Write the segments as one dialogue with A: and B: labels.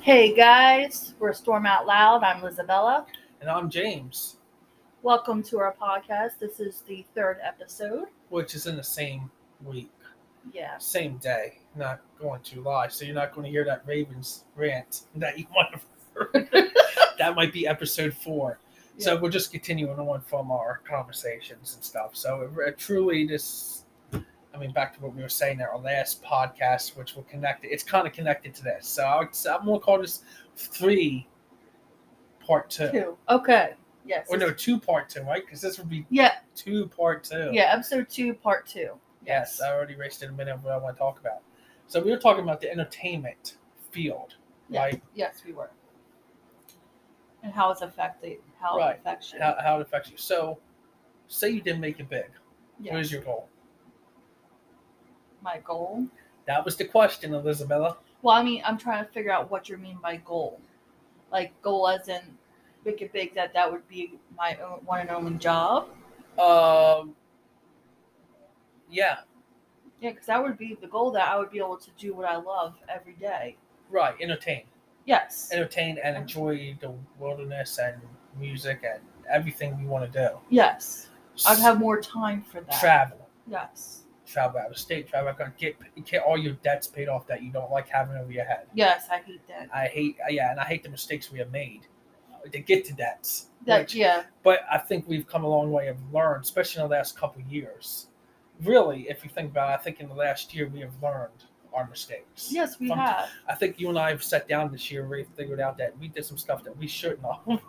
A: Hey guys, we're Storm Out Loud. I'm Lizabella.
B: And I'm James,
A: Welcome to our podcast. This is the third episode.
B: which is in the same week,
A: Yeah.
B: same day, not going to live. So you're not going to hear that Ravens rant that you want to That might be episode four. So
A: Yeah.
B: we're just continuing on from our conversations and stuff. So it, it truly, this, I mean, back to what we were saying at our last podcast, which will connect, it's kind of connected to this. So I would, s- I'm going to call this three part two.
A: Two. Okay. Yes.
B: Or Oh, no, two part two, right? Because this would be
A: Yeah.
B: two part two.
A: Yeah. Episode two, part two.
B: Yes, I already raced in a minute of what I want to talk about. So we were talking about the entertainment field,
A: Yeah.
B: right?
A: Yes, we were. And how it's affected, how
B: Right.
A: it affects you.
B: How, how it affects you. So, say you didn't make it big.
A: Yeah.
B: What is your goal?
A: My goal.
B: That was the question, Elizabeth.
A: Well, I mean, I'm trying to figure out what you mean by goal. Like goal as in make it big that that would be my own one and only job.
B: Um, yeah,
A: Yeah, because that would be the goal that I would be able to do what I love every day.
B: right. Entertain,
A: Yes.
B: entertain, and enjoy the wilderness and music and everything you want to
A: Yes.
B: do.
A: I'd have more time for that.
B: travel.
A: Yes.
B: Travel out of state, travel out of get get all your debts paid off that you don't like having over your head.
A: Yes, I hate that.
B: I hate, yeah, and I hate the mistakes we have made uh, to get to that.
A: That
B: which-
A: yeah.
B: but I think we've come a long way and learned, especially in the last couple years. Really, if you think about it, I think in the last year we have learned our mistakes.
A: Yes, we
B: Some-
A: have.
B: I think you and I have sat down this year, we figured out that we did some stuff that we shouldn't have. and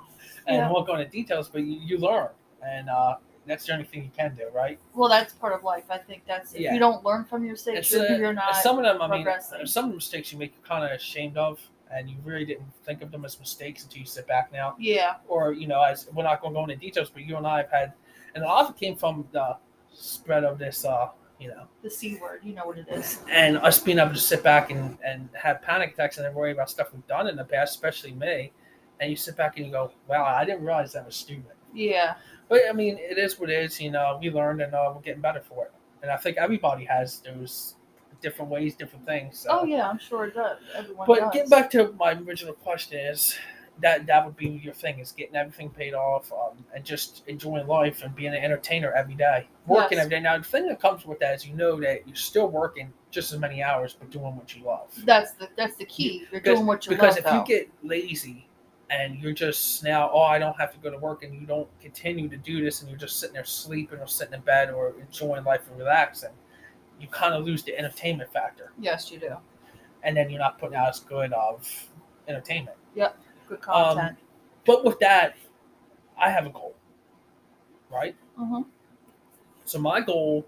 A: Yeah.
B: we'll go into details, but you, you learn. And uh, that's the only thing you can do, right?
A: Well, that's part of life. I think that's if
B: Yeah.
A: you don't learn from your
B: And
A: mistakes,
B: so,
A: you're- you're not.
B: some of them, I mean,
A: progressing.
B: some of the mistakes you make, you're kind of ashamed of, and you really didn't think of them as mistakes until you sit back now.
A: yeah.
B: or you know, as we're not going to go into details, but you and I have had, and a lot of it came from the spread of this, uh, you know,
A: The c word. You know what it is.
B: and us being able to sit back and and have panic attacks and then worry about stuff we've done in the past, especially me. And you sit back and you go, "Wow, I didn't realize that was stupid."
A: Yeah.
B: But I mean, it is what it is. You know, we learned and uh, we're getting better for it. And I think everybody has those different ways, different things. So.
A: Oh yeah, I'm sure it does. Everyone
B: But
A: does.
B: getting back to my original question is that that would be your thing is getting everything paid off um, and just enjoying life and being an entertainer every day, working
A: Yes.
B: every day. Now the thing that comes with that is you know that you're still working just as many hours but doing what you love.
A: That's the that's the key. You're
B: Because-
A: doing what you
B: because
A: love.
B: if
A: though.
B: you get lazy and you're just now oh I don't have to go to work and you don't continue to do this and you're just sitting there sleeping or sitting in bed or enjoying life and relaxing, you kind of lose the entertainment factor
A: yes, you do.
B: and then you're not putting out as good of entertainment.
A: Good
B: Um,
A: content.
B: But with that, I have a goal, right?
A: Mhm.
B: So my goal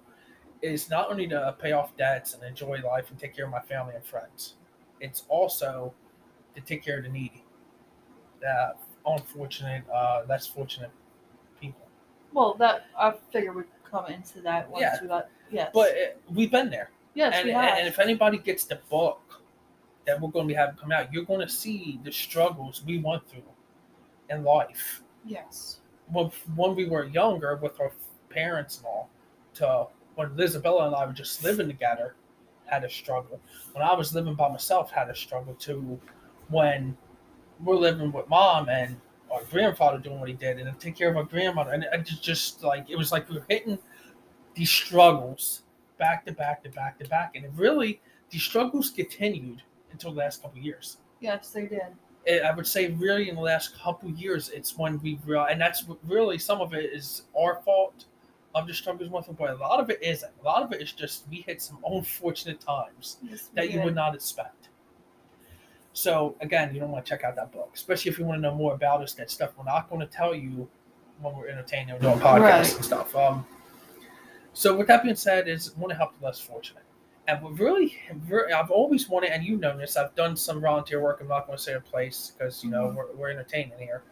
B: is not only to pay off debts and enjoy life and take care of my family and friends, it's also to take care of the needy, the unfortunate, uh, less fortunate people.
A: Well, that I figure would come into that once
B: Yeah.
A: we got yes.
B: But uh, we've been there.
A: yes,
B: and,
A: we have.
B: and if anybody gets the book that we're going to be having come out, you're going to see the struggles we went through in life.
A: yes.
B: when, when we were younger with our parents and all, to when Isabella and I were just living together, had a struggle. When I was living by myself, had a struggle too. When we're living with mom and our grandfather doing what he did, and then take care of our grandmother, and it just, just like it was like we were hitting these struggles back to back to back to back, and it really these struggles continued until the last couple of years
A: Yes, they did.
B: it, I would say really in the last couple years, it's when we real, and that's what- really some of it is our fault of the struggles with it, but a lot of it isn't. A lot of it is just we hit some unfortunate times
A: Yes, we
B: that you
A: did.
B: would not expect. So again, you don't want to check out that book, especially if you want to know more about us. That stuff we're not going to tell you when we're entertaining or doing podcasts
A: Right.
B: and stuff. Um, so with that being said, is want to help the less fortunate, and what really, really, I've always wanted, and you know this. I've done some volunteer work. I'm not going to say a place because you know
A: Mhm.
B: we're, we're entertaining here,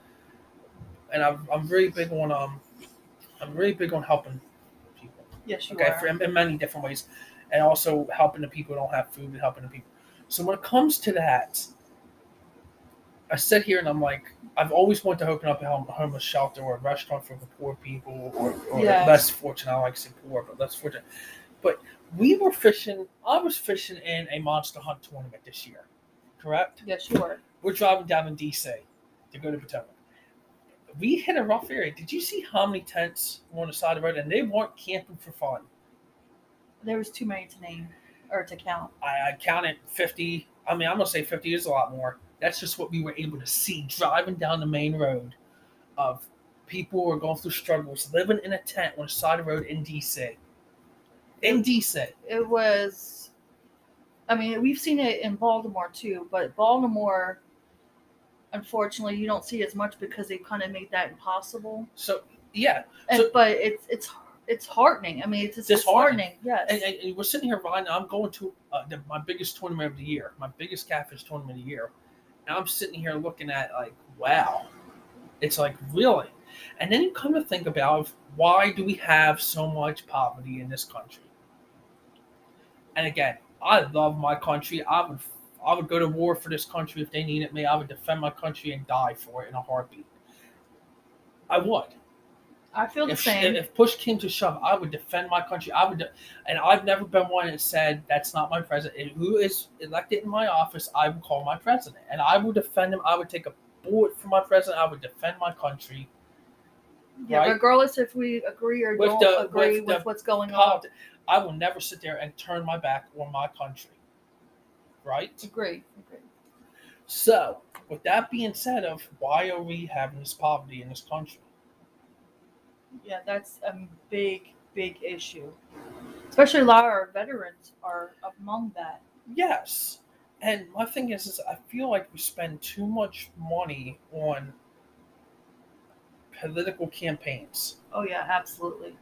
B: and I'm I'm really big on um, I'm really big on helping people
A: Yes, you
B: okay,
A: are.
B: for, in, in many different ways, and also helping the people who don't have food and helping the people. So when it comes to that, I sit here and I'm like, I've always wanted to open up a hom- homeless shelter or a restaurant for the poor people or, or
A: Yes.
B: less fortunate. I like to say poor, but less fortunate. But we were fishing. I was fishing in a Monster Hunt tournament this year correct?
A: Yeah, sure.
B: We're driving down in DC to go to Potomac. We hit a rough area. Did you see how many tents were on the side of the road? And they weren't camping for fun.
A: There was too many to name or to count.
B: I, I counted 50. I mean, I'm going to say 50 is a lot more. That's just what we were able to see driving down the main road of people who are going through struggles, living in a tent on the side of the road in DC. In DC.
A: It was, I mean, we've seen it in Baltimore too, but Baltimore, unfortunately, you don't see it as much because they kind of made that impossible.
B: So, yeah.
A: And,
B: So-
A: but it's it's it's heartening. I mean, it's just
B: Disheartening.
A: disheartening. Yes.
B: And, and, and we're sitting here, Ryan. and I'm going to uh, the, my biggest tournament of the year, my biggest catfish tournament of the year, and I'm sitting here looking at like, wow, it's like really. And then you come to think about why do we have so much poverty in this country? And again, I love my country. I would, I would go to war for this country if they needed me. I would defend my country and die for it in a heartbeat. I would
A: I feel the
B: if,
A: same.
B: if push came to shove, I would defend my country. I would, de- and I've never been one that said that's not my president. And who is elected in my office, I will call my president, and I will defend him. I would take a bullet for my president. I would defend my country.
A: yeah,
B: right?
A: regardless if we agree or
B: With
A: don't
B: the-
A: agree
B: with
A: with,
B: the
A: what's going on.
B: Polit- I will never sit there and turn my back on my country. Right.
A: Agree. Agree.
B: So, with that being said, of why are we having this poverty in this country?
A: Yeah, that's a big, big issue. Especially a lot of our veterans are among that.
B: Yes. And my thing is, is I feel like we spend too much money on political campaigns.
A: Oh yeah, absolutely.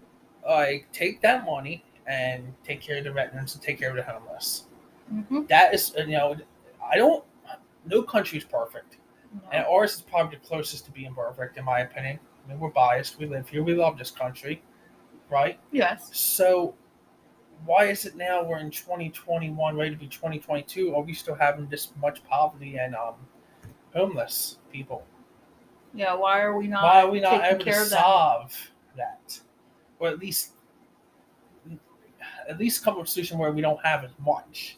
B: Like, take that money and take care of the veterans and take care of the homeless.
A: Mm-hmm.
B: That is, you know, I don't, no country is perfect. And ours is probably the closest to being perfect, in my opinion. I mean, we're biased. We live here. We love this country, right?
A: Yes.
B: So, why is it now we're in 2021, ready to be 2022? Are we still having this much poverty and um, homeless people?
A: Yeah. Why are we not?
B: why are we not
A: taking
B: able to
A: care of them?
B: solve that, or at least at least come up with a solution where we don't have as much,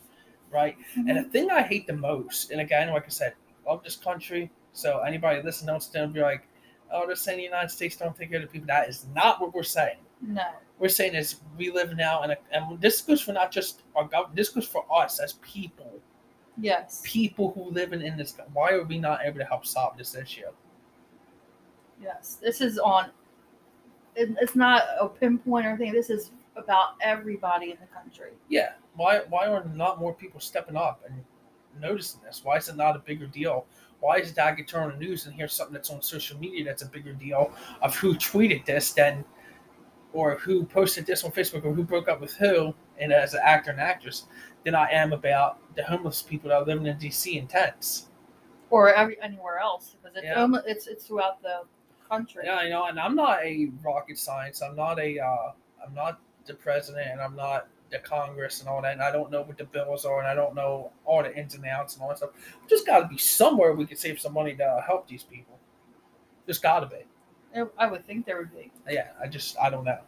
B: right? And
A: Mm-hmm.
B: the thing I hate the most, and again, like I said, love this country. So anybody listening else to be like, oh, they're saying the United States don't take care of the people. That is not what we're saying
A: No.
B: we're saying is we live now in a, and this goes for not just our government this goes for us as people
A: Yes.
B: people who live in, in this co- why are we not able to help solve this issue
A: Yes. This is on. it- It's not a pinpoint or anything. This is about everybody in the country.
B: yeah why why are not more people stepping up and noticing this why is it not a bigger deal why is it that i could turn on the news and hear something that's on social media that's a bigger deal of who tweeted this than or who posted this on facebook or who broke up with who and as an actor and actress than i am about the homeless people that are living in dc in tents
A: or every, anywhere else because it's
B: Yeah.
A: almo- it's it's throughout the country.
B: Yeah, I know, and I'm not a rocket science. I'm not a, uh, I'm not the president, and I'm not the Congress and all that. And I don't know what the bills are, and I don't know all the ins and outs and all that stuff. Just got to be somewhere we can save some money to help these people. Just got to be.
A: I- I would think there would be.
B: Yeah, I just, I don't know.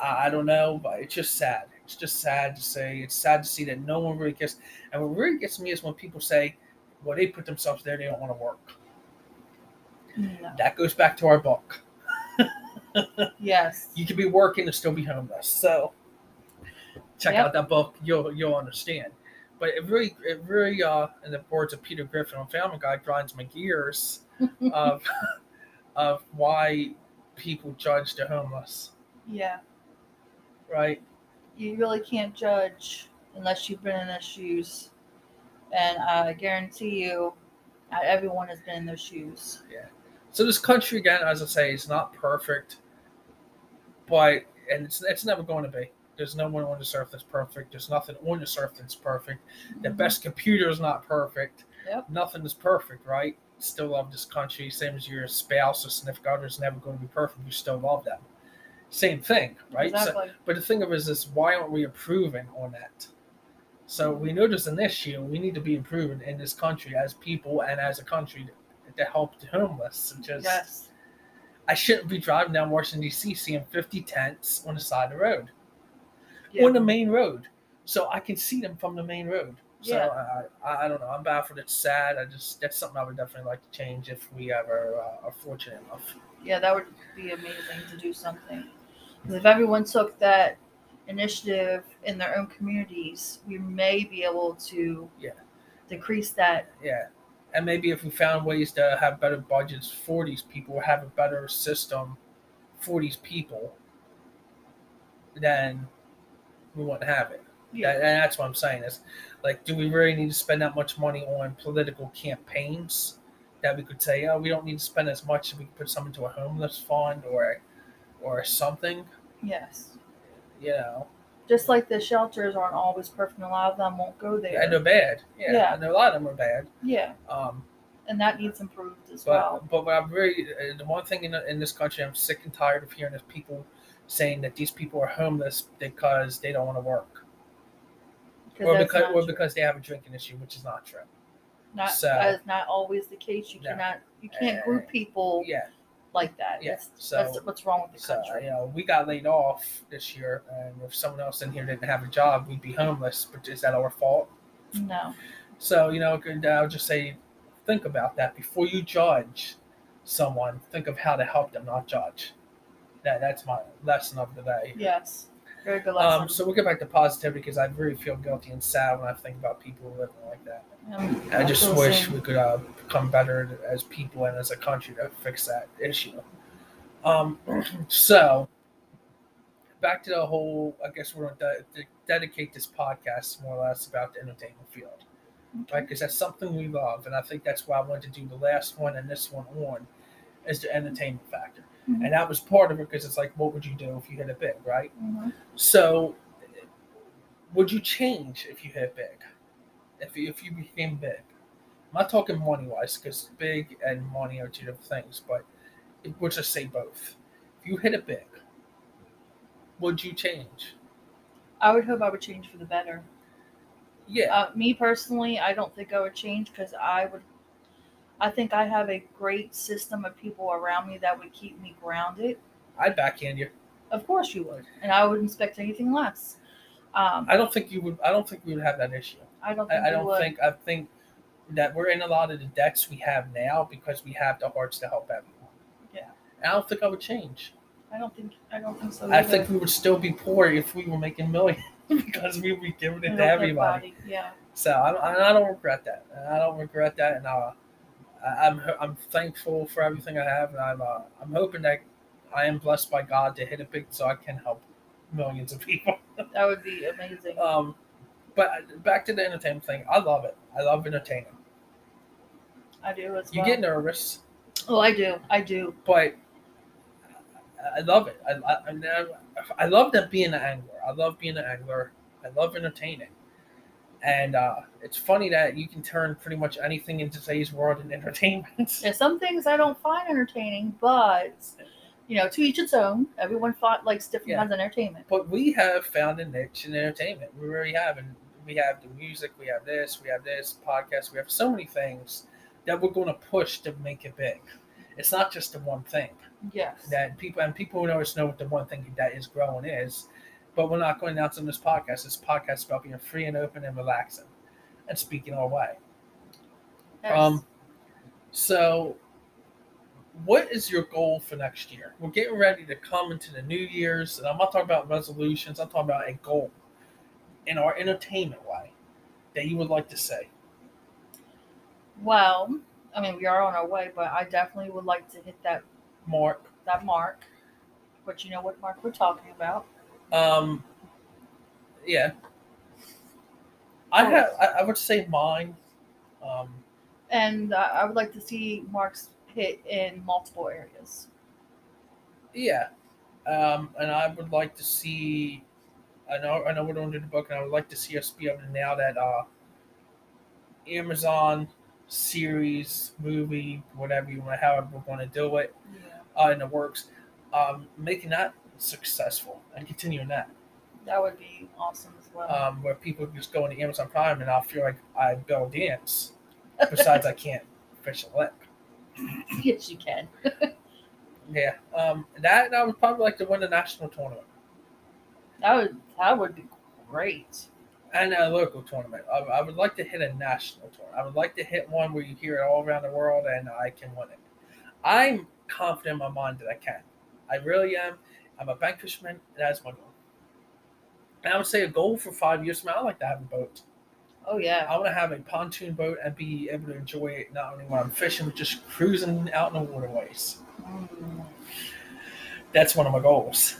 B: I, I don't know, but it's just sad. It's just sad to say. It's sad to see that no one really gets. And what really gets me is when people say, "Well, they put themselves there. They don't want to work."
A: No.
B: That goes back to our book.
A: Yes.
B: you could be working and still be homeless. So check
A: Yep.
B: out that book; you'll you'll understand. But it really, it really, uh, in the words of Peter Griffin on Family Guy, grinds my gears of of why people judge the homeless,
A: Yeah.
B: right?
A: You really can't judge unless you've been in their shoes, and I guarantee you, not everyone has been in their shoes.
B: So this country, again, as I say, is not perfect, but and it's it's never going to be. There's no one on this earth that's perfect. There's nothing on this earth that's perfect. The best computer is not perfect.
A: Mm-hmm. Yep.
B: Nothing is perfect, right? Still love this country. Same as your spouse or significant other is never going to be perfect. You still love them. Same thing, right? So-
A: Exactly.
B: but the thing of it is, is why aren't we improving on that? So we know there's an issue. We need to be improving in this country as people and as a country to help the homeless. And just
A: yes.
B: I shouldn't be driving down Washington D.C. seeing 50 tents on the side of the road
A: Yeah.
B: on the main road, so I can see them from the main road.
A: Yeah.
B: So I, I, I don't know. I'm baffled. It's sad. I just that's something I would definitely like to change if we ever uh, are fortunate enough.
A: Yeah, that would be amazing to do something. 'Cause if everyone took that initiative in their own communities, we may be able to
B: Yeah.
A: decrease that.
B: Yeah. And maybe if we found ways to have better budgets for these people, have a better system for these people, then we wouldn't have it. Yeah, and that's what I'm saying is, like, do we really need to spend that much money on political campaigns that we could say, oh, we don't need to spend as much if we could put some into a homeless fund or, or something,
A: Yes.
B: you know?
A: Just like the shelters aren't always perfect, and a lot of them won't go there.
B: And they're bad. Yeah,
A: Yeah.
B: And a lot of them are bad.
A: Yeah,
B: Um,
A: and that needs improved as
B: But
A: well.
B: but what I'm really uh, the one thing in in this country I'm sick and tired of hearing is people saying that these people are homeless because they don't want to work or
A: that's
B: because
A: not
B: or
A: true.
B: because they have a drinking issue, which is not true.
A: not
B: so-
A: that is not always the case. You
B: No.
A: cannot, you can't group people
B: Yeah.
A: like that.
B: Yeah,
A: That's,
B: so-
A: Oh, that's what's wrong with the
B: So
A: country.
B: you know we got laid off this year, and if someone else in here didn't have a job, we'd be homeless. But is that our fault?
A: No,
B: So you know could- I'll just say, think about that before you judge someone. Think of how to help them, not judge. That that's my lesson of the day.
A: yes, very good lesson.
B: Um, so we'll get back to positivity because I really feel guilty and sad when I think about people living like that.
A: Um,
B: I just
A: feel the
B: wish
A: same.
B: we could uh, become better as people and as a country to fix that issue. Um, so back to the whole, I guess we're going to de- de- dedicate this podcast more or less about the entertainment field, right? Because that's something we love, and I think that's why I wanted to do the last one and this one on is the entertainment factor,
A: Mhm.
B: and that was part of it because it's like, what would you do if you hit a big, right?
A: Mhm.
B: So, would you change if you hit big? If you, if you became big? I'm not talking money wise because big and money are two different things, but it, we'll just say both. If you hit it big, would you change?
A: I would hope I would change for the better.
B: Yeah.
A: Uh, me personally, I don't think I would change because I would. I think I have a great system of people around me that would keep me grounded.
B: I'd backhand you.
A: Of course you would, and I wouldn't expect anything less. Um,
B: I don't think you would. I don't think we would have that issue.
A: I don't. Think
B: I, I
A: you
B: don't
A: would.
B: think. I think that we're in a lot of the debts we have now because we have the hearts to help everyone.
A: Yeah.
B: I don't think I would change.
A: I don't think. I don't think so.
B: I
A: either.
B: think we would still be poor if we were making millions because we would be giving
A: I
B: it
A: don't
B: to
A: think
B: everybody.
A: body- Yeah.
B: So I don't, I don't regret that. I don't regret that, and uh, I- I'm I'm thankful for everything I have, and I'm uh, I'm hoping that I am blessed by God to hit a big so I can help millions of people.
A: That would be amazing.
B: Um, but back to the entertainment thing, I love it. I love entertaining.
A: I do as
B: You
A: well.
B: get nervous,
A: oh, I do. I do.
B: but I- I love it. I, I, I, know- I love that being an angler. I love being an angler. I love entertaining. And uh, it's funny that you can turn pretty much anything in today's world in entertainment.
A: And some things I don't find entertaining, but you know, to each its own. Everyone fought likes different
B: Yeah.
A: kinds of entertainment.
B: but we have found a niche in entertainment. We really have. And we have the music, we have this, we have this podcast, we have so many things that we're going to push to make it big. It's not just the one thing.
A: Yes.
B: that people and people don't always know what the one thing that is growing is, but we're not going to announce on this podcast. This podcast is about being free and open and relaxing and speaking our way.
A: Yes.
B: Um, so what is your goal for next year? We're getting ready to come into the New Year's, and I'm not talking about resolutions, I'm talking about a goal in our entertainment way that you would like to say.
A: well, I mean, we are on our way, but I definitely would like to hit that
B: Mark,
A: that mark. But you know what mark we're talking about?
B: Um, yeah. I have. I, I would say mine. Um,
A: And uh, I would like to see marks hit in multiple areas.
B: yeah. Um, and I would like to see. I know. I know we're doing the book, and I would like to see us be able to now that uh, Amazon series, movie, whatever you want, however we're going to do it
A: Yeah.
B: uh, in the works, um, making that successful and continuing that.
A: That would be awesome as well.
B: um, where people just go into Amazon Prime and I'll feel like I build dance. Besides, I can't fish a lip.
A: yes, you can.
B: Yeah, um, that and I would probably like to win the national tournament.
A: That would that would be great.
B: and a local tournament. I, I would like to hit a national tournament. I would like to hit one where you hear it all around the world and I can win it. I'm confident in my mind that I can. I really am. I'm a bankfishman, and that's my goal. And I would say a goal for five years from now, I'd like to have a boat.
A: Oh yeah.
B: I want to have a pontoon boat and be able to enjoy it not only when I'm fishing, but just cruising out in the waterways.
A: Mm,
B: That's one of my goals.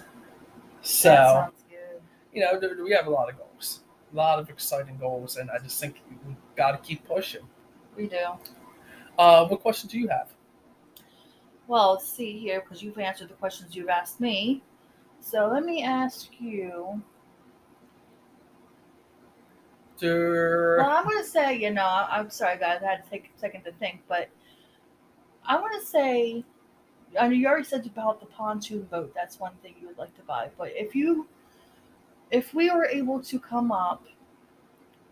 B: So.
A: that sounds good.
B: you know, there- we have a lot of goals, a lot of exciting goals, and I just think we got to keep pushing.
A: We do.
B: Uh, what question do you have?
A: Well, let's see here because you've answered the questions you've asked me. So let me ask you.
B: Dur-
A: Well, I'm gonna say, you know, I'm sorry, guys. I had to take a second to think, but I want to say, I know you already said about the pontoon boat. That's one thing you would like to buy. But if you, if we were able to come up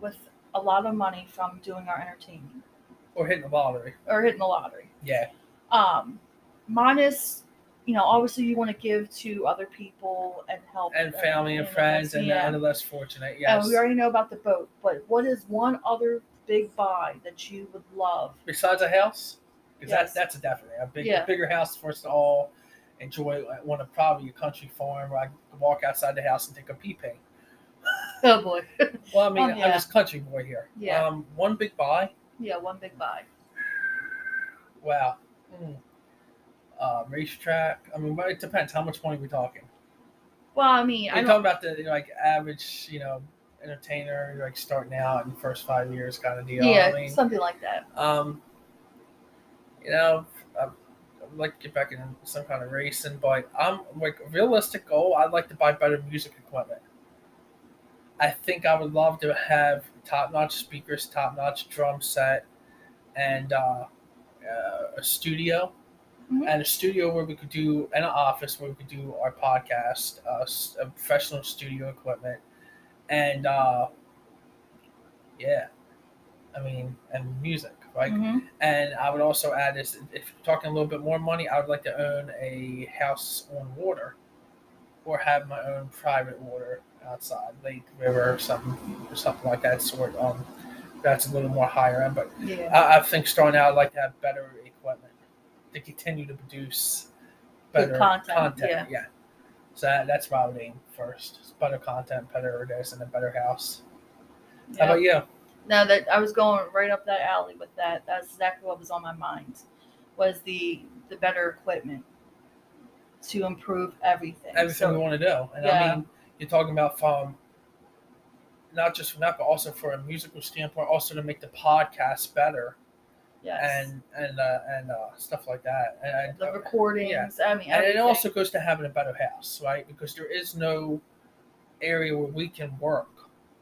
A: with a lot of money from doing our entertainment
B: Or hitting the lottery?
A: or hitting the lottery,
B: Yeah,
A: um, minus, you know, obviously you want to give to other people and help
B: and family and
A: everything
B: friends
A: else,
B: and,
A: yeah.
B: and the less fortunate.
A: And
B: Yes.
A: we already know about the boat, but what is one other big buy that you would love?
B: Besides a house, because
A: Yes.
B: that's a definite a big,
A: Yeah.
B: a bigger house for us to all enjoy. like, One of probably a country farm where I can walk outside the house and take a pee pee.
A: Oh boy.
B: Well, I mean,
A: Oh, yeah.
B: I'm just country boy here.
A: Yeah.
B: Um, one big buy.
A: Yeah, one big buy.
B: Wow. Mm. Uh, racetrack. I mean, well, it depends how much money we're talking.
A: Well, I mean, I
B: We're
A: don't,
B: talking about the like average, you know, entertainer you're, like starting out in the first five years kind of deal.
A: yeah,
B: I mean,
A: something like that.
B: um, you know, I, I'd like to get back in some kind of racing, but I'm like realistic goal. I'd like to buy better music equipment. I think I would love to have top notch speakers, top notch drum set, and uh, uh, a studio.
A: Mhm.
B: And a studio where we could do, and an office where we could do our podcast, uh, s- uh, professional studio equipment, and uh, yeah, I mean, and music, right?
A: Mhm.
B: And I would also add this if you're talking a little bit more money, I would like to own a house on water or have my own private water outside, lake, river, or something, or something like that sort. Um, that's a little more higher end, but
A: Yeah.
B: I, I think starting out, I'd like to have better equipment to continue to produce
A: Good
B: better
A: content,
B: yeah. So that, that's what I would aim first It's better content, better this, and a better house.
A: yeah.
B: How about you?
A: Now that I was going right up that alley with that, that's exactly what was on my mind. Was the the better equipment to improve everything.
B: everything we
A: so,
B: want to do. And
A: Yeah.
B: I mean, you're talking about from not just from that, but also for a musical standpoint, also to make the podcast better
A: yes.
B: and and uh, and uh, stuff like that. And,
A: the
B: and,
A: recordings. I mean,
B: and it
A: everything.
B: also goes to having a better house, right? Because there is no area where we can work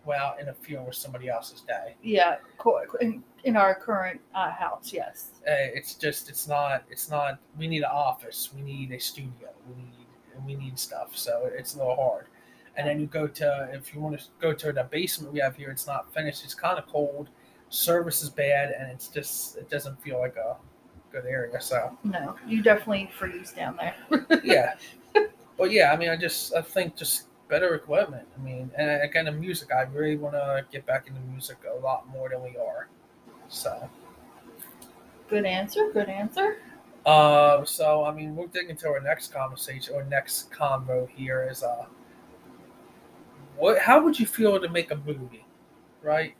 B: without interfering with somebody else's day.
A: yeah, co- in, in our current uh, house, yes.
B: Uh, It's just it's not it's not. We need an office. We need a studio. We need we need stuff. So it's a little hard. And then you go to if you want to go to the basement we have here. It's not finished. It's kind of cold. Service is bad, and it's just it doesn't feel like a good area. So
A: No, you definitely freeze down there.
B: yeah, but yeah, I mean, I just I think just better equipment. I mean, and again, the music. I really want to get back into music a lot more than we are. So.
A: Good answer. Good answer.
B: Um, so I mean, we'll dig into our next conversation or next convo here is uh, what? How would you feel to make a movie, right?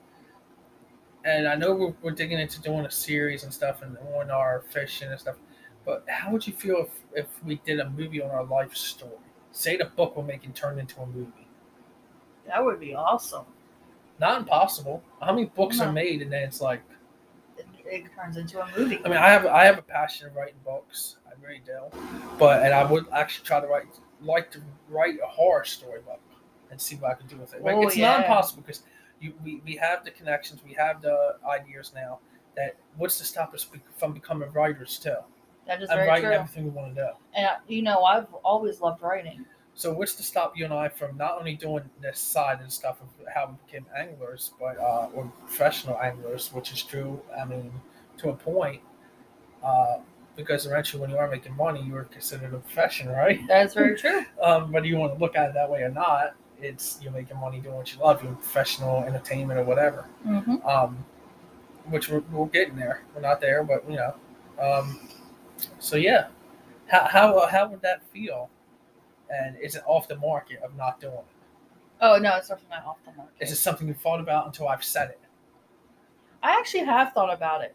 B: And I know we're, we're digging into doing a series and stuff and on our fiction and stuff, but how would you feel if, if we did a movie on our life story? Say the book we're making turned into a movie.
A: That would be awesome.
B: Not impossible. How many books
A: No.
B: are made and then it's like
A: It, it turns into a movie.
B: I mean, I have I have a passion of writing books. I really do, but and I would actually try to write like to write a horror story book and see what I can do with it. Like,
A: Oh,
B: it's
A: yeah.
B: not impossible because you we, we have the connections, we have the ideas now. That what's to stop us be- from becoming writers too
A: that is
B: and
A: very
B: writing
A: true.
B: everything we want to do.
A: And I, you know, I've always loved writing.
B: So what's to stop you and I from not only doing this side and stuff of how we became anglers, but uh, or professional anglers, which is true. I mean, to a point, uh, because eventually when you are making money, you are considered a profession, right?
A: That is very true.
B: Um, whether you want to look at it that way or not, It's you're making money doing what you love, you're professional entertainment or whatever.
A: hmm
B: Um, which we're, we're getting there. We're not there, but you know. Um, so yeah, how how how would that feel? And is it off the market of not doing it?
A: Oh no, it's definitely not off the market.
B: Is it something you thought about until I've said it,
A: I actually have thought about it.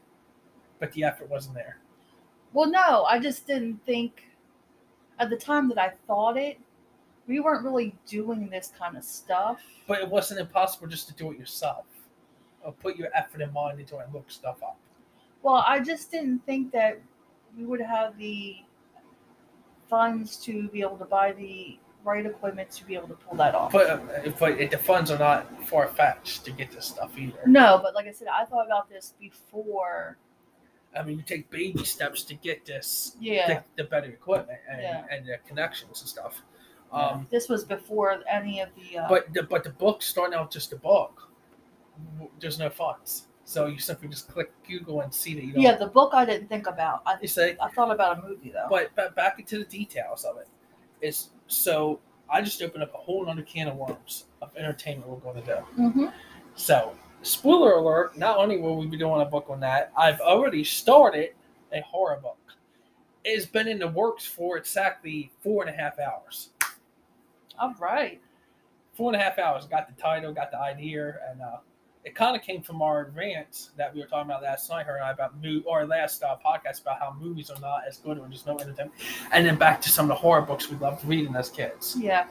B: but the effort wasn't there?
A: Well, no, I just didn't think at the time that I thought it, we weren't really doing this kind of stuff.
B: But it wasn't impossible just to do it yourself, or put your effort and mind into it and look stuff up.
A: Well, I just didn't think that we would have the funds to be able to buy the right equipment to be able to pull that off.
B: But but it, the funds are not far fetched to get this stuff either.
A: no, but like I said, I thought about this before.
B: I mean, you take baby steps to get this,
A: Yeah.
B: the, the better equipment and,
A: Yeah.
B: and the connections and stuff. Um,
A: This was before any of the. Uh,
B: But the but the book starting out just a book, w- there's no funds. So you simply just click Google and see that you don't.
A: yeah, the book I didn't think about. I,
B: You say,
A: I thought about a movie though.
B: but, but back into the details of it. It's so I just opened up a whole other can of worms of entertainment we're going to do.
A: hmm
B: So, spoiler alert, not only will we be doing a book on that, I've already started a horror book. It's been in the works for exactly four and a half hours.
A: All right.
B: Four and a half hours. Got the title, got the idea, and uh, it kind of came from our rant that we were talking about last night, her and I, about mo- our last uh, podcast about how movies are not as good or just no entertainment. And then back to some of the horror books we loved reading as kids.
A: Yeah.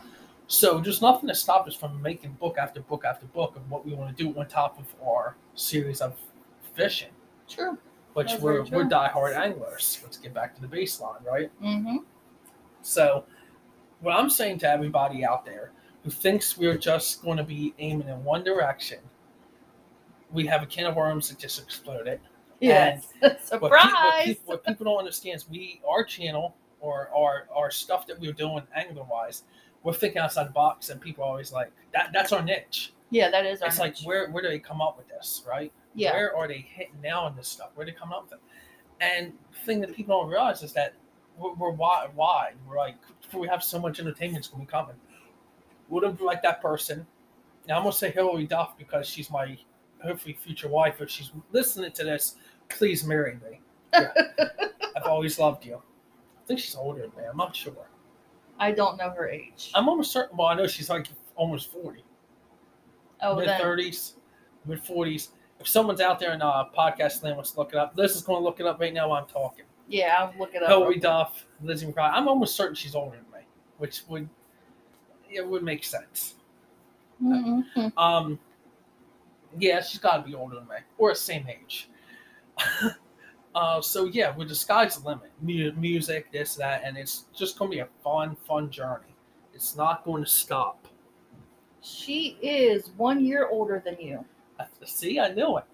B: So there's nothing to stop us from making book after book after book of what we want to do on top of our series of fishing,
A: True.
B: which
A: That's
B: we're
A: very
B: we're
A: true.
B: diehard anglers. Let's get back to the baseline, right?
A: Mm-hmm.
B: So what I'm saying to everybody out there who thinks we're just going to be aiming in one direction, we have a can of worms that just exploded.
A: Yes.
B: What, pe- what
A: Surprise.
B: peop- what people don't understand is we our channel or our our stuff that we're doing angler wise, we're thinking outside the box, and people are always like that. That's our niche.
A: Yeah, that is our.
B: it's like
A: niche.
B: where where do they come up with this right
A: Yeah.
B: where are they hitting now on this stuff where they come up with it and the thing that people don't realize is that we're, we're wide, wide we're like we have so much entertainment's going to be coming wouldn't be like that person now i'm going to say hillary duff because she's my hopefully future wife if she's listening to this please marry me Yeah. i've always loved you i think she's older than me i'm not sure
A: I don't know her age.
B: i'm almost certain well i know she's like almost 40
A: oh,
B: mid
A: then.
B: thirties, mid forties. If someone's out there in uh, podcast land wants to look it up, Liz is going to look it up right now while I'm talking.
A: Yeah, I'll look it up.
B: Hillary Duff, Lizzie McGuire. I'm almost certain she's older than me, which would it would make sense.
A: Mhm.
B: Um, yeah, she's got to be older than me or the same age. uh, so yeah, with the sky's the limit. Mu- music, this, that, and it's just going to be a fun, fun journey. It's not going to stop.
A: She is one year older than you.
B: I, see, I knew it.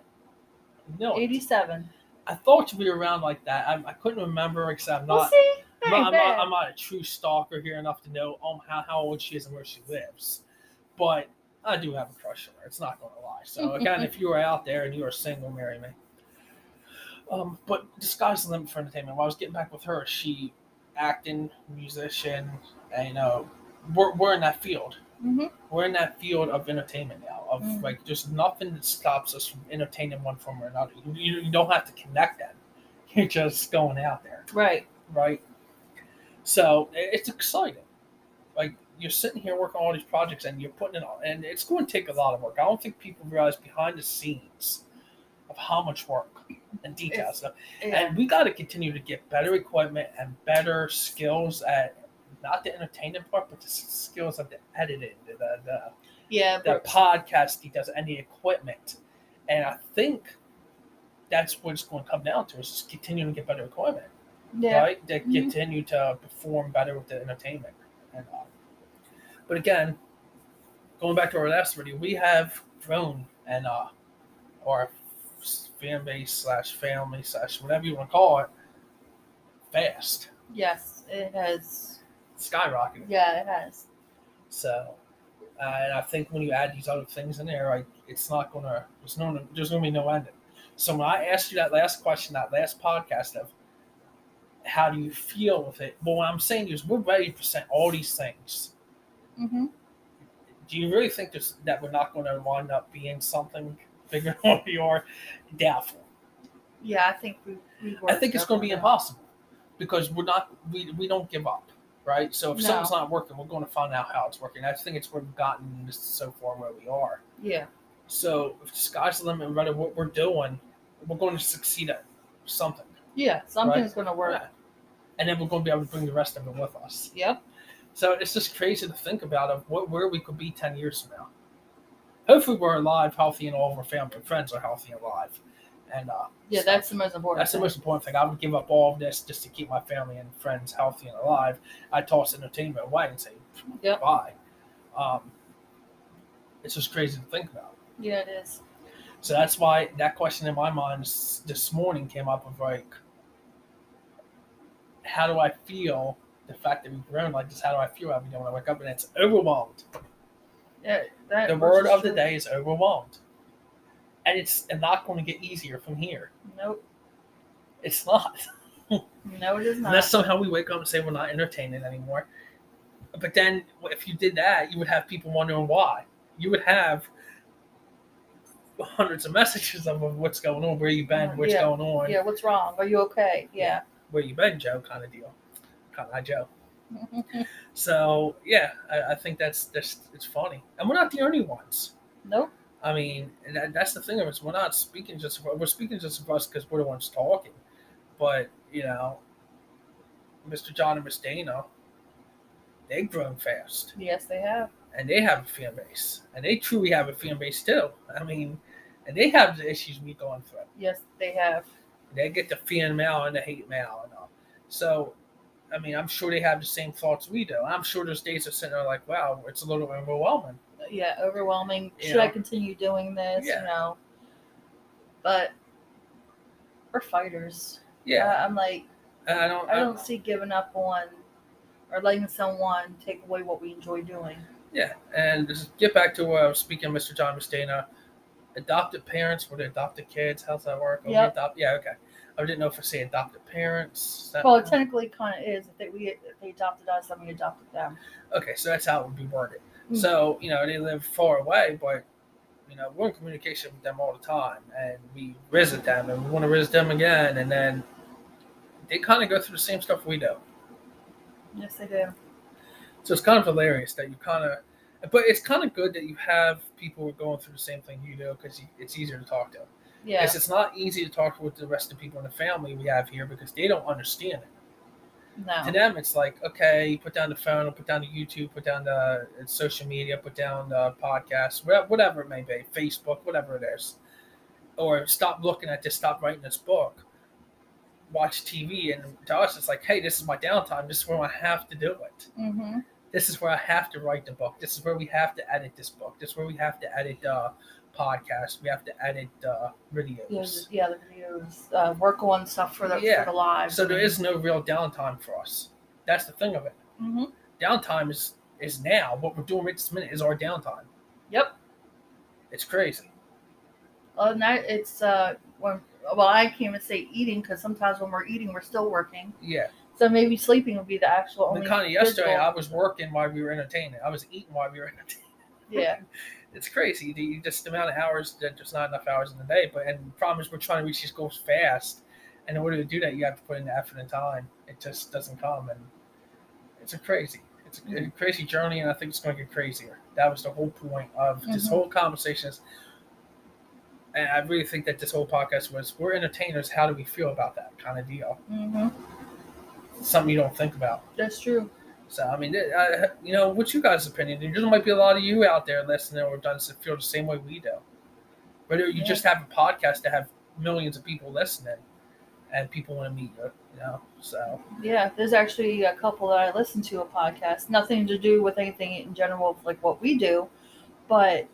B: I knew it.
A: Eighty-seven.
B: I thought you'd be around like that. I, I couldn't remember because I'm
A: Well,
B: not,
A: see,
B: I'm,
A: Hey,
B: not, I'm,
A: babe.
B: not, I'm not a true stalker here enough to know um, how, how old she is and where she lives. But I do have a crush on her. It's not going to lie. So, again, if you are out there and you are single, marry me. Um, but the sky's the limit for entertainment. While I was getting back with her, she acting, musician, and you know, we're, we're in that field.
A: Mhm.
B: We're in that field of entertainment now, of
A: Mhm.
B: like just nothing that stops us from entertaining one form or another. You, you don't have to connect them. You're just going out there,
A: right.
B: right? So i- it's exciting. Like you're sitting here working on all these projects and you're putting it on, and it's going to take a lot of work. I don't think people realize behind the scenes of how much work and details.
A: Yeah.
B: And we got to continue to get better equipment and better skills at not the entertainment part, but the s- skills of the editing, the the,
A: yeah
B: the, the
A: but-
B: podcast details, and the equipment. And I think that's what it's going to come down to is just continuing to get better equipment,
A: yeah.
B: right? To
A: Mhm.
B: continue to perform better with the entertainment. And uh, but again, going back to our last video, we have grown and uh, our s- fan base slash family slash whatever you want to call it, fast,
A: Yes, it has.
B: skyrocketed.
A: Yeah, it has.
B: So, uh, and I think when you add these other things in there, like it's not gonna, there's no, there's gonna be no ending. So when I asked you that last question, that last podcast of how do you feel with it? Well, what I'm saying is we're ready to present all these things.
A: Mm-hmm.
B: do you really think this, that we're not going to wind up being something bigger than what we are? Doubtful.
A: Yeah, I think we. we
B: I think it's going to be
A: impossible.
B: impossible because we're not we, we don't give up, right? So if
A: No.
B: something's not working, we're going to find out how it's working. I think it's where we've gotten this so far where we are.
A: Yeah,
B: So if the sky's the limit, no matter what we're doing, we're going to succeed at something,
A: yeah, something's going to work.
B: Yeah. and then we're going to be able to bring the rest of it with us.
A: Yep.
B: So it's just crazy to think about of what where we could be ten years from now. Hopefully, we're alive, healthy, and all of our family and friends are healthy and alive. And uh,
A: Yeah,
B: so-
A: that's the most important.
B: that's the
A: thing.
B: most important thing. I would give up all of this just to keep my family and friends healthy and alive. I toss entertainment away and say
A: Yep.
B: bye. Um, it's just crazy to think about.
A: Yeah, it is.
B: So that's why that question in my mind s- this morning came up of like, how do I feel? The fact that we've grown like this, how do I feel every day when I wake up? And it's overwhelmed.
A: Yeah, that,
B: The
A: which
B: word
A: is
B: of the
A: true.
B: day is overwhelmed. And it's not going to get easier from here.
A: Nope.
B: It's not.
A: No, it is not.
B: Unless somehow we wake up and say we're not entertaining anymore. But then if you did that, you would have people wondering why. You would have hundreds of messages of what's going on, where you been, what's
A: Yeah.
B: going on,
A: yeah, what's wrong? Are you okay? Yeah.
B: where you been, Joe, kind of deal. Kind of like Joe. So yeah, I, I think that's that's it's funny, and we're not the only ones.
A: nope.
B: I mean, and that, that's the thing of us. We're not speaking just for, we're speaking just for us because we're the ones talking. But you know, Mr. John and Miss Dana, they've grown fast,
A: Yes, they have.
B: and they have a fan base, and they truly have a fan base too. I mean, and they have the issues we going through.
A: Yes, they have.
B: They get the fan mail and the hate mail and all. So, I mean, I'm sure they have the same thoughts we do. I'm sure those days are sitting there like, wow, it's a little overwhelming.
A: Yeah, overwhelming.
B: You
A: Should I
B: know.
A: continue doing this?
B: Yeah.
A: You know. But we're fighters.
B: Yeah,
A: I- I'm like,
B: and I don't.
A: I don't see giving up on or letting someone take away what we enjoy doing.
B: Yeah, and just get back to where I was speaking, Mr. John Mustaina. Adopted parents were the adopted kids. How's that work? Oh, we
A: Yep.
B: adopt- yeah, okay. I didn't know if I say adopted parents. That-
A: Well, it technically kind of is. If they, we, if they adopted us, then we adopted them.
B: okay, so that's how it would be worded.
A: Mm.
B: So you know they live far away, but you know we're in communication with them all the time, and we visit them, and we want to visit them again, and then they kind of go through the same stuff we do.
A: Yes, they do.
B: So it's kind of hilarious that you kind of, but it's kind of good that you have people who are going through the same thing you do because it's easier to talk to.
A: Yeah.
B: Yes, it's not easy to talk with the rest of the people in the family we have here because they don't understand it. To
A: no.
B: them, it's like, okay, you put down the phone, put down the YouTube, put down the uh, social media, put down the podcast, wha- whatever it may be, Facebook, whatever it is. Or stop looking at this, stop writing this book, watch TV. And to us, it's like, hey, this is my downtime. This is where I have to do it.
A: Mm-hmm.
B: This is where I have to write the book. This is where we have to edit this book. This is where we have to edit the podcast. We have to edit the videos.
A: Yeah, the- yeah, the videos, uh, work on stuff for the,
B: Yeah.
A: for the lives.
B: So there is no real downtime for us. That's the thing of it.
A: hmm
B: Downtime is is now. What we're doing right this minute is our downtime.
A: Yep.
B: It's crazy.
A: Well, and that it's uh, when well, I can't even say eating because sometimes when we're eating, we're still working.
B: Yeah.
A: So maybe sleeping would be the actual
B: And
A: only.
B: kind of yesterday,
A: physical-
B: I was working while we were entertaining. I was eating while we were entertaining.
A: yeah,
B: It's crazy. The you just the amount of hours that there's not enough hours in the day. But and the problem is we're trying to reach these goals fast. And in order to do that, you have to put in the effort and time. It just doesn't come. And it's a crazy, it's a, a crazy journey. And I think it's going to get crazier. That was the whole point of this
A: Mhm.
B: whole conversation. Is, and I really think that this whole podcast was we're entertainers. How do we feel about that kind of deal?
A: hmm
B: Something you don't think about.
A: that's true.
B: So I mean, it- I, you know, what's you guys' opinion? There might be a lot of you out there listening or done that feel the same way we do. Whether you
A: Yeah.
B: just have a podcast to have millions of people listening, and people want to meet you, you know. So
A: Yeah, there's actually a couple that I listen to a podcast. Nothing to do with anything in general, of, like what we do, but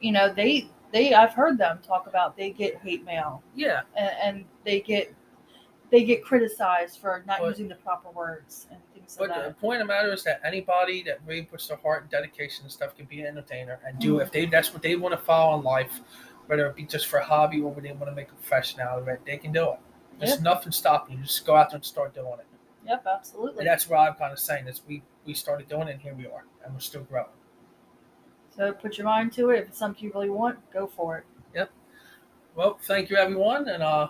A: you know they they I've heard them talk about they get hate mail
B: yeah,
A: and, and they get they get criticized for not
B: But-
A: using the proper words and things
B: but
A: like that.
B: the point of the matter is that anybody that really puts their heart and dedication and stuff can be an entertainer and do if they that's what they want to follow in life, whether it be just for a hobby or whether they want to make a profession out of it, they can do it. There's nothing stopping you. Just go out there and start doing it.
A: Yep, absolutely.
B: And that's where I'm kind of saying is we we started doing it, and here we are, and we're still growing.
A: So put your mind to it. If it's something you really want, go for it.
B: Well, thank you, everyone, and uh,